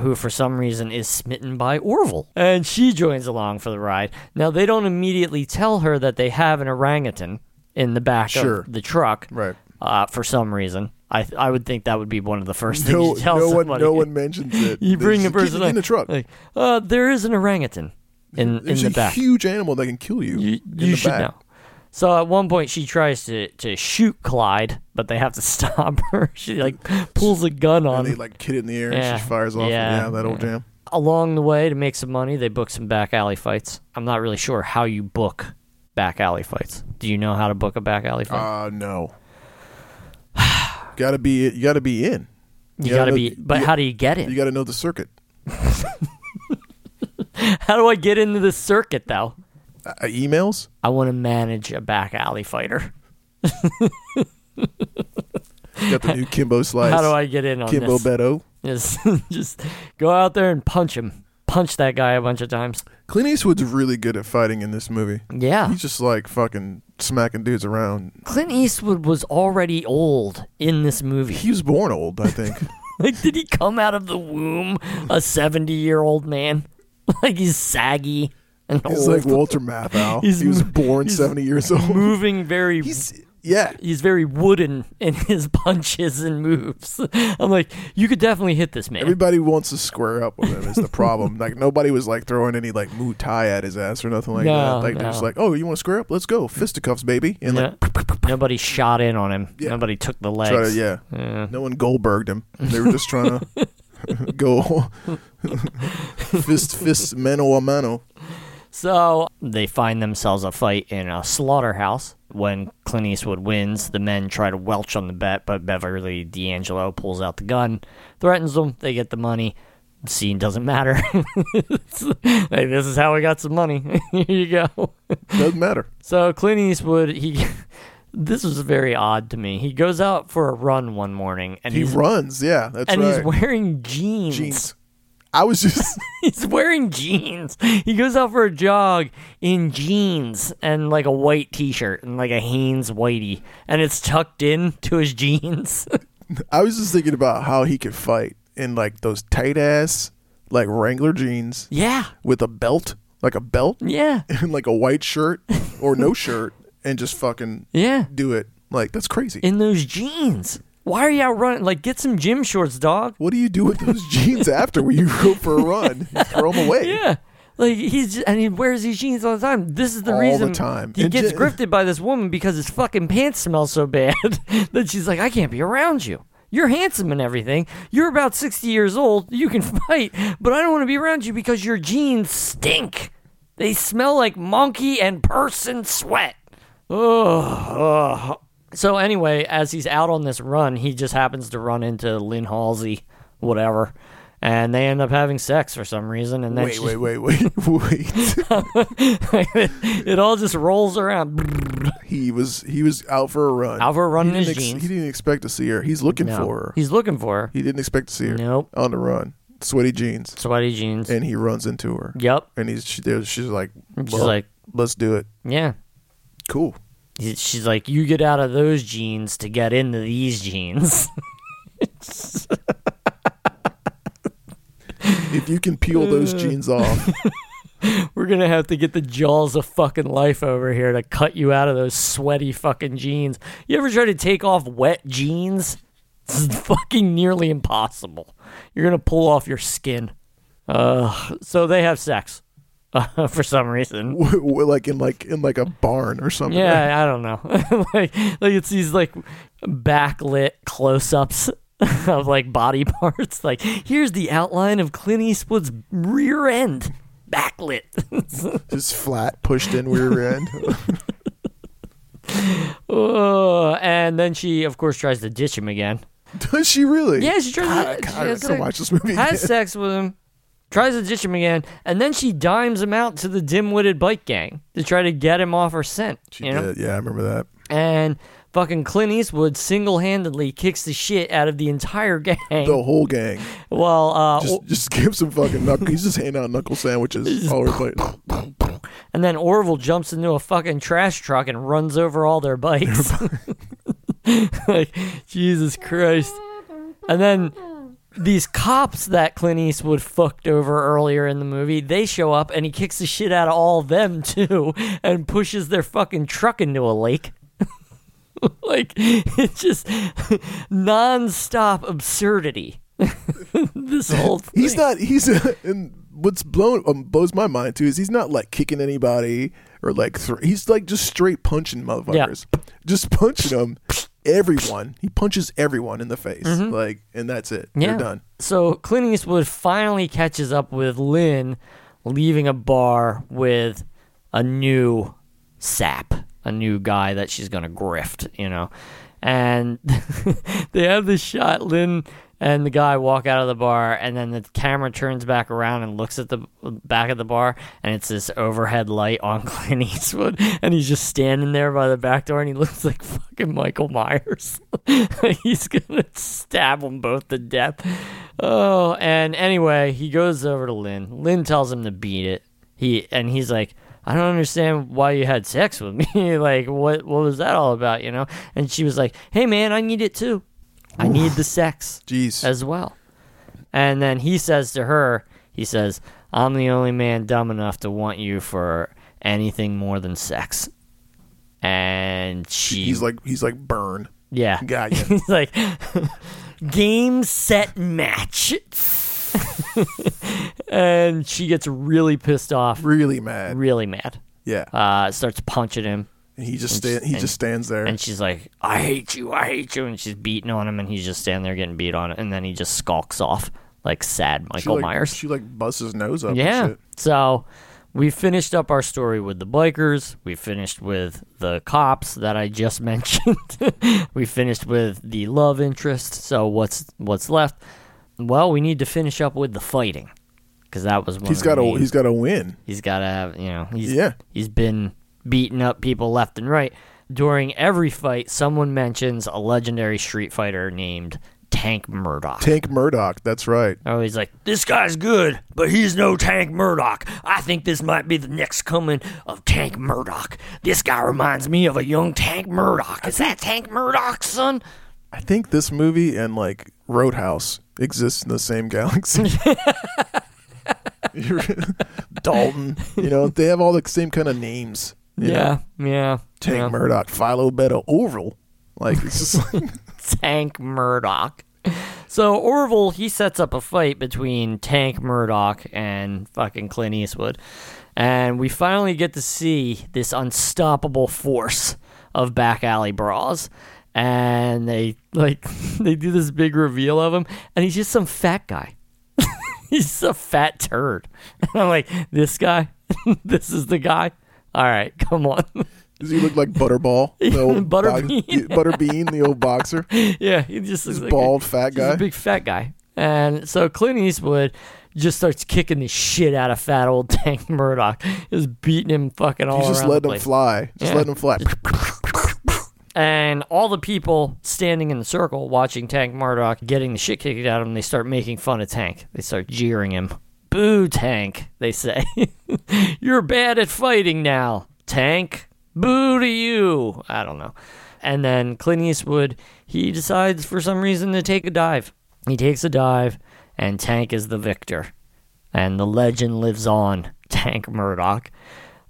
[SPEAKER 2] Who, for some reason, is smitten by Orville. And she joins along for the ride. Now, they don't immediately tell her that they have an orangutan in the back
[SPEAKER 1] Sure.
[SPEAKER 2] of the truck
[SPEAKER 1] Right.
[SPEAKER 2] uh, for some reason. I I would think that would be one of the first things
[SPEAKER 1] No,
[SPEAKER 2] you tell
[SPEAKER 1] no one,
[SPEAKER 2] somebody.
[SPEAKER 1] no one mentions it.
[SPEAKER 2] you
[SPEAKER 1] They
[SPEAKER 2] bring a
[SPEAKER 1] just keep
[SPEAKER 2] person
[SPEAKER 1] it in
[SPEAKER 2] like-
[SPEAKER 1] the truck.
[SPEAKER 2] Like, uh, there is an orangutan in
[SPEAKER 1] There's
[SPEAKER 2] in
[SPEAKER 1] a
[SPEAKER 2] the back.
[SPEAKER 1] huge animal that can kill you.
[SPEAKER 2] you
[SPEAKER 1] in
[SPEAKER 2] you
[SPEAKER 1] the
[SPEAKER 2] should
[SPEAKER 1] back.
[SPEAKER 2] know. So at one point she tries to, to shoot Clyde, but they have to stop her. She like pulls a gun on
[SPEAKER 1] And they
[SPEAKER 2] him.
[SPEAKER 1] like hit it in the air
[SPEAKER 2] Yeah.
[SPEAKER 1] and she fires off.
[SPEAKER 2] Yeah.
[SPEAKER 1] Yeah, that old jam.
[SPEAKER 2] Along the way to make some money, they book some back alley fights. I'm not really sure how you book back alley fights. Do you know how to book a back alley fight?
[SPEAKER 1] Uh no. gotta be you gotta be in.
[SPEAKER 2] you
[SPEAKER 1] yeah,
[SPEAKER 2] gotta
[SPEAKER 1] no,
[SPEAKER 2] be, but
[SPEAKER 1] you-
[SPEAKER 2] how do you get
[SPEAKER 1] You
[SPEAKER 2] in?
[SPEAKER 1] gotta know the circuit.
[SPEAKER 2] How do I get into the circuit though?
[SPEAKER 1] Uh, emails?
[SPEAKER 2] I want to manage a back alley fighter.
[SPEAKER 1] You got the new Kimbo Slice.
[SPEAKER 2] How do I get in on
[SPEAKER 1] Kimbo
[SPEAKER 2] this?
[SPEAKER 1] Beto.
[SPEAKER 2] Just, just go out there and punch him. Punch that guy a bunch of times.
[SPEAKER 1] Clint Eastwood's really good at fighting in this movie.
[SPEAKER 2] Yeah.
[SPEAKER 1] He's just like fucking smacking dudes around.
[SPEAKER 2] Clint Eastwood was already old in this movie.
[SPEAKER 1] He was born old, I think.
[SPEAKER 2] Like, did he come out of the womb a 70 year old man? Like, he's saggy and
[SPEAKER 1] He's
[SPEAKER 2] old.
[SPEAKER 1] like Walter Matthau.
[SPEAKER 2] He's
[SPEAKER 1] he was
[SPEAKER 2] mo-
[SPEAKER 1] born
[SPEAKER 2] he's
[SPEAKER 1] seventy years old.
[SPEAKER 2] moving very. He's-
[SPEAKER 1] He's yeah.
[SPEAKER 2] very wooden in his punches and moves. I'm like, you could definitely hit this man.
[SPEAKER 1] Everybody wants to square up with him is the problem. like nobody was like throwing any like Muay Thai at his ass or nothing like
[SPEAKER 2] No,
[SPEAKER 1] that. Like they're just
[SPEAKER 2] no.
[SPEAKER 1] like, oh, you want to square up? Let's go, fisticuffs, baby, and like
[SPEAKER 2] Yeah. Nobody shot in on him.
[SPEAKER 1] Yeah.
[SPEAKER 2] Nobody took the
[SPEAKER 1] try to
[SPEAKER 2] legs.
[SPEAKER 1] yeah.
[SPEAKER 2] yeah.
[SPEAKER 1] No one Goldberged him. They were just trying to go fist fist mano a mano.
[SPEAKER 2] So they find themselves a fight in a slaughterhouse. When Clint Eastwood wins, the men try to welch on the bet, but Beverly D'Angelo pulls out the gun, threatens them. They get the money. Scene doesn't matter. hey, this is how I got some money. Here you go.
[SPEAKER 1] Doesn't matter.
[SPEAKER 2] So Clint Eastwood, he this was very odd to me. He goes out for a run one morning and
[SPEAKER 1] He
[SPEAKER 2] he's
[SPEAKER 1] runs. Yeah, that's
[SPEAKER 2] and he's
[SPEAKER 1] right.
[SPEAKER 2] wearing jeans.
[SPEAKER 1] Jeans. I was just
[SPEAKER 2] He's wearing jeans. He goes out for a jog in jeans and like a white t-shirt and like a Hanes whitey and it's tucked in to his jeans.
[SPEAKER 1] I was just thinking about how he could fight in like those tight ass like Wrangler jeans
[SPEAKER 2] yeah.
[SPEAKER 1] with a belt, like a belt
[SPEAKER 2] Yeah.
[SPEAKER 1] and like a white shirt or no shirt and just fucking
[SPEAKER 2] Yeah.
[SPEAKER 1] do it. Like that's crazy.
[SPEAKER 2] In those jeans. Why are you out running? Like get some gym shorts, dog.
[SPEAKER 1] what do you do with those jeans after when you go for a run? You throw them away.
[SPEAKER 2] Yeah. Like he's just, and he wears these jeans all the time. This is the
[SPEAKER 1] All the
[SPEAKER 2] reason
[SPEAKER 1] time.
[SPEAKER 2] he
[SPEAKER 1] And
[SPEAKER 2] gets
[SPEAKER 1] ju-
[SPEAKER 2] grifted by this woman because his fucking pants smell so bad that she's like, I can't be around you. You're handsome and everything. You're about sixty years old. You can fight, but I don't want to be around you because your jeans stink. They smell like monkey and person sweat. Ugh. ugh. So anyway, as he's out on this run, he just happens to run into Lynn Halsey, whatever, and they end up having sex for some reason. And then
[SPEAKER 1] Wait,
[SPEAKER 2] she-
[SPEAKER 1] wait, wait, wait, wait.
[SPEAKER 2] it all just rolls around.
[SPEAKER 1] he was he was out for a run.
[SPEAKER 2] Out for a run
[SPEAKER 1] he
[SPEAKER 2] in his
[SPEAKER 1] didn't
[SPEAKER 2] jeans.
[SPEAKER 1] He didn't expect to see her. He's looking
[SPEAKER 2] No.
[SPEAKER 1] for her.
[SPEAKER 2] He's looking for her.
[SPEAKER 1] He didn't expect to see her.
[SPEAKER 2] Nope.
[SPEAKER 1] On the run, sweaty jeans,
[SPEAKER 2] Sweaty jeans.
[SPEAKER 1] and he runs into her.
[SPEAKER 2] Yep.
[SPEAKER 1] And he's she, there- she's like,
[SPEAKER 2] She's
[SPEAKER 1] "Well,
[SPEAKER 2] like-
[SPEAKER 1] let's do it.
[SPEAKER 2] Yeah.
[SPEAKER 1] Cool.
[SPEAKER 2] He- She's like, you get out of those jeans to get into these jeans.
[SPEAKER 1] If you can peel those
[SPEAKER 2] Uh.
[SPEAKER 1] jeans off,
[SPEAKER 2] We're gonna have to get the jaws of fucking life over here to cut you out of those sweaty fucking jeans. You ever try to take off wet jeans? This is fucking nearly impossible. You're gonna pull off your skin. Uh, so they have sex uh, for some reason.
[SPEAKER 1] w- w- like in like in like a barn or something.
[SPEAKER 2] Yeah, I don't know. like, like it's these like backlit close-ups of like body parts. Like, here's the outline of Clint Eastwood's rear end, backlit.
[SPEAKER 1] Just flat, pushed in rear end.
[SPEAKER 2] Ugh. and then she, of course, tries to ditch him again.
[SPEAKER 1] Does she really?
[SPEAKER 2] Yeah, she tries.
[SPEAKER 1] God,
[SPEAKER 2] to, she
[SPEAKER 1] I
[SPEAKER 2] has
[SPEAKER 1] gotta
[SPEAKER 2] sex-
[SPEAKER 1] watch this movie.
[SPEAKER 2] Has
[SPEAKER 1] again.
[SPEAKER 2] sex with him. Tries to ditch him again, and then she dimes him out to the dim-witted bike gang to try to get him off her scent.
[SPEAKER 1] She
[SPEAKER 2] you know?
[SPEAKER 1] did. Yeah, I remember that.
[SPEAKER 2] and fucking Clint Eastwood single-handedly kicks the shit out of the entire gang.
[SPEAKER 1] The whole gang
[SPEAKER 2] Well, uh,
[SPEAKER 1] just
[SPEAKER 2] Or-
[SPEAKER 1] just give some fucking knuckle. He's just handing out knuckle sandwiches all over the place.
[SPEAKER 2] and then Orville jumps into a fucking trash truck and runs over all their bikes. like Jesus Christ! And then these cops that Clint Eastwood fucked over earlier in the movie, they show up and he kicks the shit out of all of them too, and pushes their fucking truck into a lake. like it's just nonstop absurdity. this whole thing.
[SPEAKER 1] He's not. He's and what's blown um, blows my mind too is he's not like kicking anybody or like thr he's like just straight punching motherfuckers, just punching them. Everyone he punches everyone in the face,
[SPEAKER 2] Mm-hmm.
[SPEAKER 1] like, and that's it. You're done.
[SPEAKER 2] So Clint Eastwood finally catches up with Lynn, leaving a bar with a new sap, a new guy that she's gonna grift, you know. And they have this shot. Lynn and the guy walk out of the bar, and then the camera turns back around and looks at the back of the bar, and it's this overhead light on Clint Eastwood, and he's just standing there by the back door, and he looks like fucking Michael Myers. he's gonna stab them both to death. Oh, and anyway, he goes over to Lynn. Lynn tells him to beat it. He and he's like, I don't understand why you had sex with me. like, what what was that all about? You know? And she was like, Hey, man, I need it too. I need the sex
[SPEAKER 1] Jeez,
[SPEAKER 2] as well. And then he says to her, he says, I'm the only man dumb enough to want you for anything more than sex. And she,
[SPEAKER 1] he's like he's like burn.
[SPEAKER 2] yeah,
[SPEAKER 1] Got you.
[SPEAKER 2] he's like, game, set, match. and she gets really pissed off,
[SPEAKER 1] really mad.
[SPEAKER 2] really mad.
[SPEAKER 1] Yeah,
[SPEAKER 2] Uh, starts punching him,
[SPEAKER 1] and he just sta- he just stands there.
[SPEAKER 2] and she's like, "I hate you, I hate you," and she's beating on him, and he's just standing there getting beat on, and then he just skulks off like sad
[SPEAKER 1] she
[SPEAKER 2] Michael
[SPEAKER 1] like,
[SPEAKER 2] Myers.
[SPEAKER 1] She like busts his nose up. and
[SPEAKER 2] Yeah.
[SPEAKER 1] shit.
[SPEAKER 2] So we finished up our story with the bikers. We finished with the cops that I just mentioned. we finished with the love interest. So what's what's left? Well, we need to finish up with the fighting because that was one.
[SPEAKER 1] He's
[SPEAKER 2] of
[SPEAKER 1] got
[SPEAKER 2] the
[SPEAKER 1] to
[SPEAKER 2] main-
[SPEAKER 1] he's got to win.
[SPEAKER 2] He's got to have, you know, he's,
[SPEAKER 1] Yeah.
[SPEAKER 2] he's been beating up people left and right. During every fight, someone mentions a legendary Street Fighter named Tank Murdoch.
[SPEAKER 1] Tank Murdoch. That's right.
[SPEAKER 2] Oh, he's like, this guy's good, but he's no Tank Murdoch. I think this might be the next coming of Tank Murdoch. This guy reminds me of a young Tank Murdoch. Is that Tank Murdoch, son?
[SPEAKER 1] I think this movie and like Roadhouse exists in the same galaxy. You're- Dalton, you know, they have all the same kind of names. you know?
[SPEAKER 2] yeah.
[SPEAKER 1] Tank
[SPEAKER 2] yeah.
[SPEAKER 1] Murdoch, Philo Beta Oral. Like it's just like
[SPEAKER 2] Tank Murdoch. So Orville he sets up a fight between Tank Murdoch and fucking Clint Eastwood, and we finally get to see this unstoppable force of back alley brawls. And they like they do this big reveal of him, and he's just some fat guy. he's a fat turd. And I'm like, this guy, this is the guy. All right, come on.
[SPEAKER 1] does he look like Butterball? The old
[SPEAKER 2] Butterbean.
[SPEAKER 1] box- Butterbean, the old boxer.
[SPEAKER 2] yeah, he just looks like a-
[SPEAKER 1] Bald fat
[SPEAKER 2] He's
[SPEAKER 1] guy.
[SPEAKER 2] a big fat guy. And so Clint Eastwood just starts kicking the shit out of fat old Tank Murdoch. Just beating him fucking all
[SPEAKER 1] He's just
[SPEAKER 2] around the
[SPEAKER 1] letting him
[SPEAKER 2] place.
[SPEAKER 1] fly. Just
[SPEAKER 2] Yeah.
[SPEAKER 1] letting him fly.
[SPEAKER 2] And all the people standing in the circle watching Tank Murdoch getting the shit kicked out of him, they start making fun of Tank. They start jeering him. Boo, Tank, they say. You're bad at fighting now, Tank. Boo to you. I don't know. And then Clint Eastwood, he decides for some reason to take a dive. He takes a dive, and Tank is the victor. And the legend lives on, Tank Murdoch.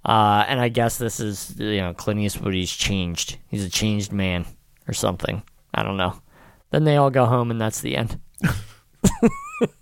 [SPEAKER 2] Uh, and I guess this is, you know, Clint Eastwood, he's changed. He's a changed man or something. I don't know. Then they all go home, and that's the end.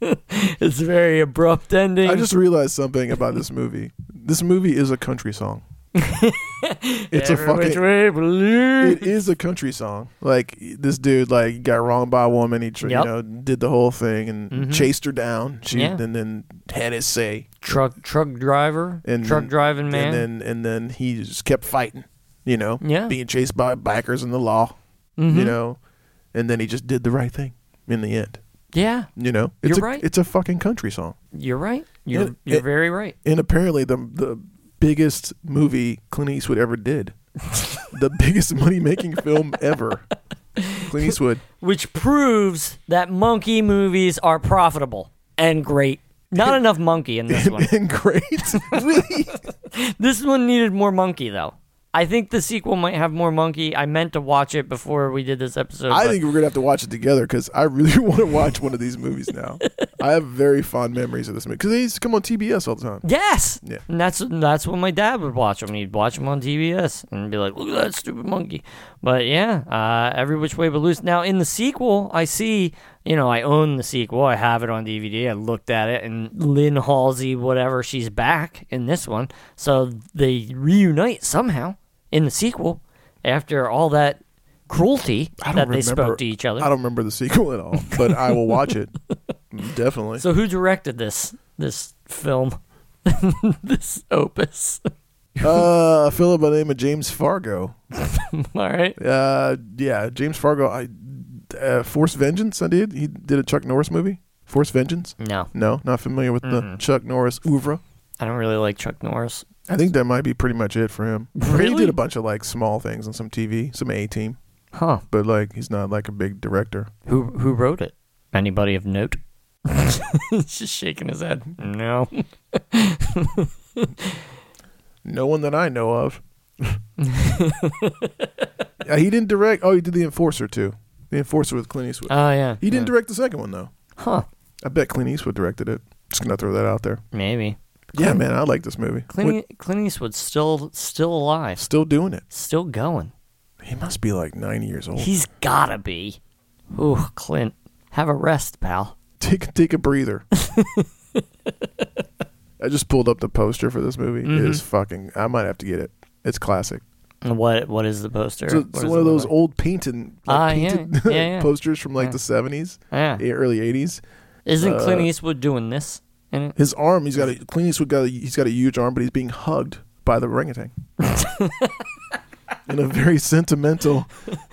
[SPEAKER 2] it's a very abrupt ending.
[SPEAKER 1] I just realized something about this movie. This movie is a country song. it's a
[SPEAKER 2] Every which
[SPEAKER 1] fucking.
[SPEAKER 2] way but loose.
[SPEAKER 1] It is a country song. Like this dude, like got wronged by a woman. He, tr-
[SPEAKER 2] Yep. Mm-hmm.
[SPEAKER 1] you know, did the whole thing and chased her down. She
[SPEAKER 2] Yeah.
[SPEAKER 1] and then had his say.
[SPEAKER 2] truck truck driver
[SPEAKER 1] And
[SPEAKER 2] truck
[SPEAKER 1] then-
[SPEAKER 2] driving man.
[SPEAKER 1] And then and then he just kept fighting. You know,
[SPEAKER 2] Yeah. Mm-hmm.
[SPEAKER 1] being chased by bikers and the law. You know, and then he just did the right thing in the end.
[SPEAKER 2] yeah,
[SPEAKER 1] You know, it's
[SPEAKER 2] You're
[SPEAKER 1] a,
[SPEAKER 2] right.
[SPEAKER 1] It's a fucking country song.
[SPEAKER 2] you're right. You're
[SPEAKER 1] It-
[SPEAKER 2] you're
[SPEAKER 1] it-
[SPEAKER 2] very right.
[SPEAKER 1] and apparently the the biggest movie Clint Eastwood ever did, the biggest money making film ever. Clint Eastwood.
[SPEAKER 2] Which proves that monkey movies are profitable and great. Not enough monkey in this one.
[SPEAKER 1] and great, really.
[SPEAKER 2] This one needed more monkey though. I think the sequel might have more monkey. I meant to watch it before we did this episode.
[SPEAKER 1] I
[SPEAKER 2] but
[SPEAKER 1] think we're gonna have to watch it together because I really want to watch one of these movies now. I have very fond memories of this movie because they used to come on TBS all the time.
[SPEAKER 2] Yes.
[SPEAKER 1] Yeah.
[SPEAKER 2] And that's that's when my dad would watch them. He'd watch them on TBS and be like, "Look at that stupid monkey." But yeah, uh, every which way but loose. Now in the sequel, I see, you know, I own the sequel. I have it on DVD. I looked at it, and Lynn Halsey, whatever, she's back in this one. So they reunite somehow in the sequel after all that cruelty
[SPEAKER 1] I don't
[SPEAKER 2] that they
[SPEAKER 1] remember,
[SPEAKER 2] spoke to each other.
[SPEAKER 1] I don't remember the sequel at all, but I will watch it definitely.
[SPEAKER 2] So who directed this this film? this opus.
[SPEAKER 1] Uh, a fellow by the name of James Fargo.
[SPEAKER 2] all right.
[SPEAKER 1] Uh, yeah, James Fargo. I uh, Force Vengeance. I did. He did a Chuck Norris movie. Force Vengeance.
[SPEAKER 2] No.
[SPEAKER 1] No, not familiar with the
[SPEAKER 2] Mm-mm.
[SPEAKER 1] Chuck Norris oeuvre.
[SPEAKER 2] I don't really like Chuck Norris.
[SPEAKER 1] I think that might be pretty much it for him. He
[SPEAKER 2] Really?
[SPEAKER 1] did a bunch of like small things on some TV, some A team,
[SPEAKER 2] Huh.
[SPEAKER 1] but like he's not like a big director.
[SPEAKER 2] Who who wrote it? Anybody of note? He's just shaking his head. No.
[SPEAKER 1] No one that I know of. yeah, he didn't direct. Oh, he did The Enforcer too. The Enforcer with Clint Eastwood.
[SPEAKER 2] Oh yeah.
[SPEAKER 1] he didn't
[SPEAKER 2] Yeah.
[SPEAKER 1] direct the second one though.
[SPEAKER 2] Huh.
[SPEAKER 1] I bet Clint Eastwood directed it. Just gonna throw that out there.
[SPEAKER 2] Maybe.
[SPEAKER 1] Yeah, man, I like this movie. Wait,
[SPEAKER 2] Clint, E-, Clint Eastwood's still still alive.
[SPEAKER 1] still doing it.
[SPEAKER 2] Still going.
[SPEAKER 1] He must be like 90 years old.
[SPEAKER 2] He's gotta be. Ooh, Clint. Have a rest, pal.
[SPEAKER 1] take take a breather. I just pulled up the poster for this movie. It is
[SPEAKER 2] Mm-hmm.
[SPEAKER 1] fucking. I might have to get it. It's classic.
[SPEAKER 2] And What what is the poster?
[SPEAKER 1] So
[SPEAKER 2] What
[SPEAKER 1] it's
[SPEAKER 2] does
[SPEAKER 1] one
[SPEAKER 2] it
[SPEAKER 1] of
[SPEAKER 2] look
[SPEAKER 1] those
[SPEAKER 2] like?
[SPEAKER 1] old painted, like,
[SPEAKER 2] Ah, yeah.
[SPEAKER 1] painted
[SPEAKER 2] Yeah, yeah.
[SPEAKER 1] posters from like
[SPEAKER 2] Yeah.
[SPEAKER 1] the seventies, e,
[SPEAKER 2] Yeah.
[SPEAKER 1] early eighties.
[SPEAKER 2] Isn't
[SPEAKER 1] uh,
[SPEAKER 2] Clint Eastwood doing this? in it?
[SPEAKER 1] His arm, he's got a Clint Eastwood got a, he's got a huge arm, but he's being hugged by the orangutan in a very sentimental,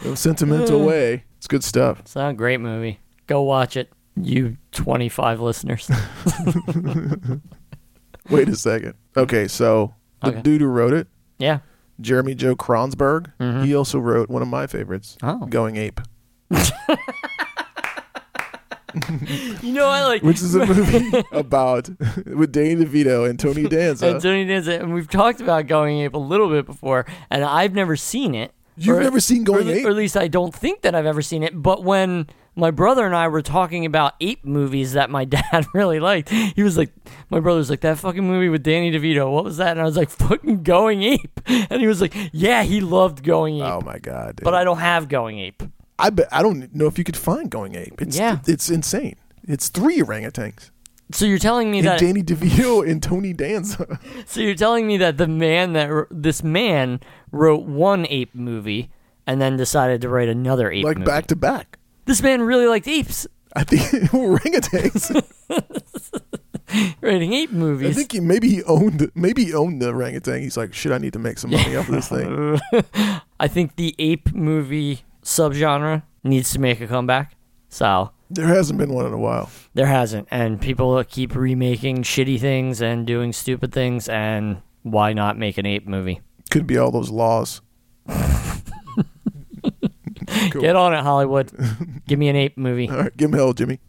[SPEAKER 1] a sentimental way. It's good stuff.
[SPEAKER 2] It's not a great movie. Go watch it, you 25 listeners.
[SPEAKER 1] Wait a second. Okay, so the
[SPEAKER 2] Okay.
[SPEAKER 1] dude who wrote it,
[SPEAKER 2] yeah.
[SPEAKER 1] Jeremy Joe Kronsberg, he also wrote one of my favorites,
[SPEAKER 2] Mm-hmm. Oh.
[SPEAKER 1] Going Ape,
[SPEAKER 2] You know, I like.
[SPEAKER 1] which is a movie about with Danny DeVito and Tony Danza.
[SPEAKER 2] and Tony Danza, and we've talked about Going Ape a little bit before, and I've never seen it.
[SPEAKER 1] You've never seen Going
[SPEAKER 2] or,
[SPEAKER 1] Ape?
[SPEAKER 2] Or at least I don't think that I've ever seen it. But when my brother and I were talking about ape movies that my dad really liked, he was like, my brother's like, that fucking movie with Danny DeVito, what was that? And I was like, fucking Going Ape. And he was like, yeah, he loved Going Ape.
[SPEAKER 1] oh my god! Dude.
[SPEAKER 2] But I don't have Going Ape.
[SPEAKER 1] I bet I don't know if you could find Going Ape. It's
[SPEAKER 2] Yeah.
[SPEAKER 1] it's insane. It's three orangutans.
[SPEAKER 2] So you're telling me
[SPEAKER 1] And
[SPEAKER 2] that
[SPEAKER 1] Danny DeVito and Tony Danza.
[SPEAKER 2] So you're telling me that the man that wr- this man wrote one ape movie and then decided to write another ape
[SPEAKER 1] like
[SPEAKER 2] movie.
[SPEAKER 1] back to back.
[SPEAKER 2] this man really liked apes,
[SPEAKER 1] I think orangutans.
[SPEAKER 2] writing ape
[SPEAKER 1] I
[SPEAKER 2] movies.
[SPEAKER 1] think he, maybe he owned maybe he owned the orangutan. He's like, shit, I need to make some money off of this thing.
[SPEAKER 2] I think the ape movie subgenre needs to make a comeback. So
[SPEAKER 1] There hasn't been one in a while.
[SPEAKER 2] there hasn't, and people keep remaking shitty things and doing stupid things. And why not make an ape movie?
[SPEAKER 1] Could be all those laws. Cool.
[SPEAKER 2] Get on it, Hollywood. Give me an ape movie.
[SPEAKER 1] All right, give him hell, Jimmy.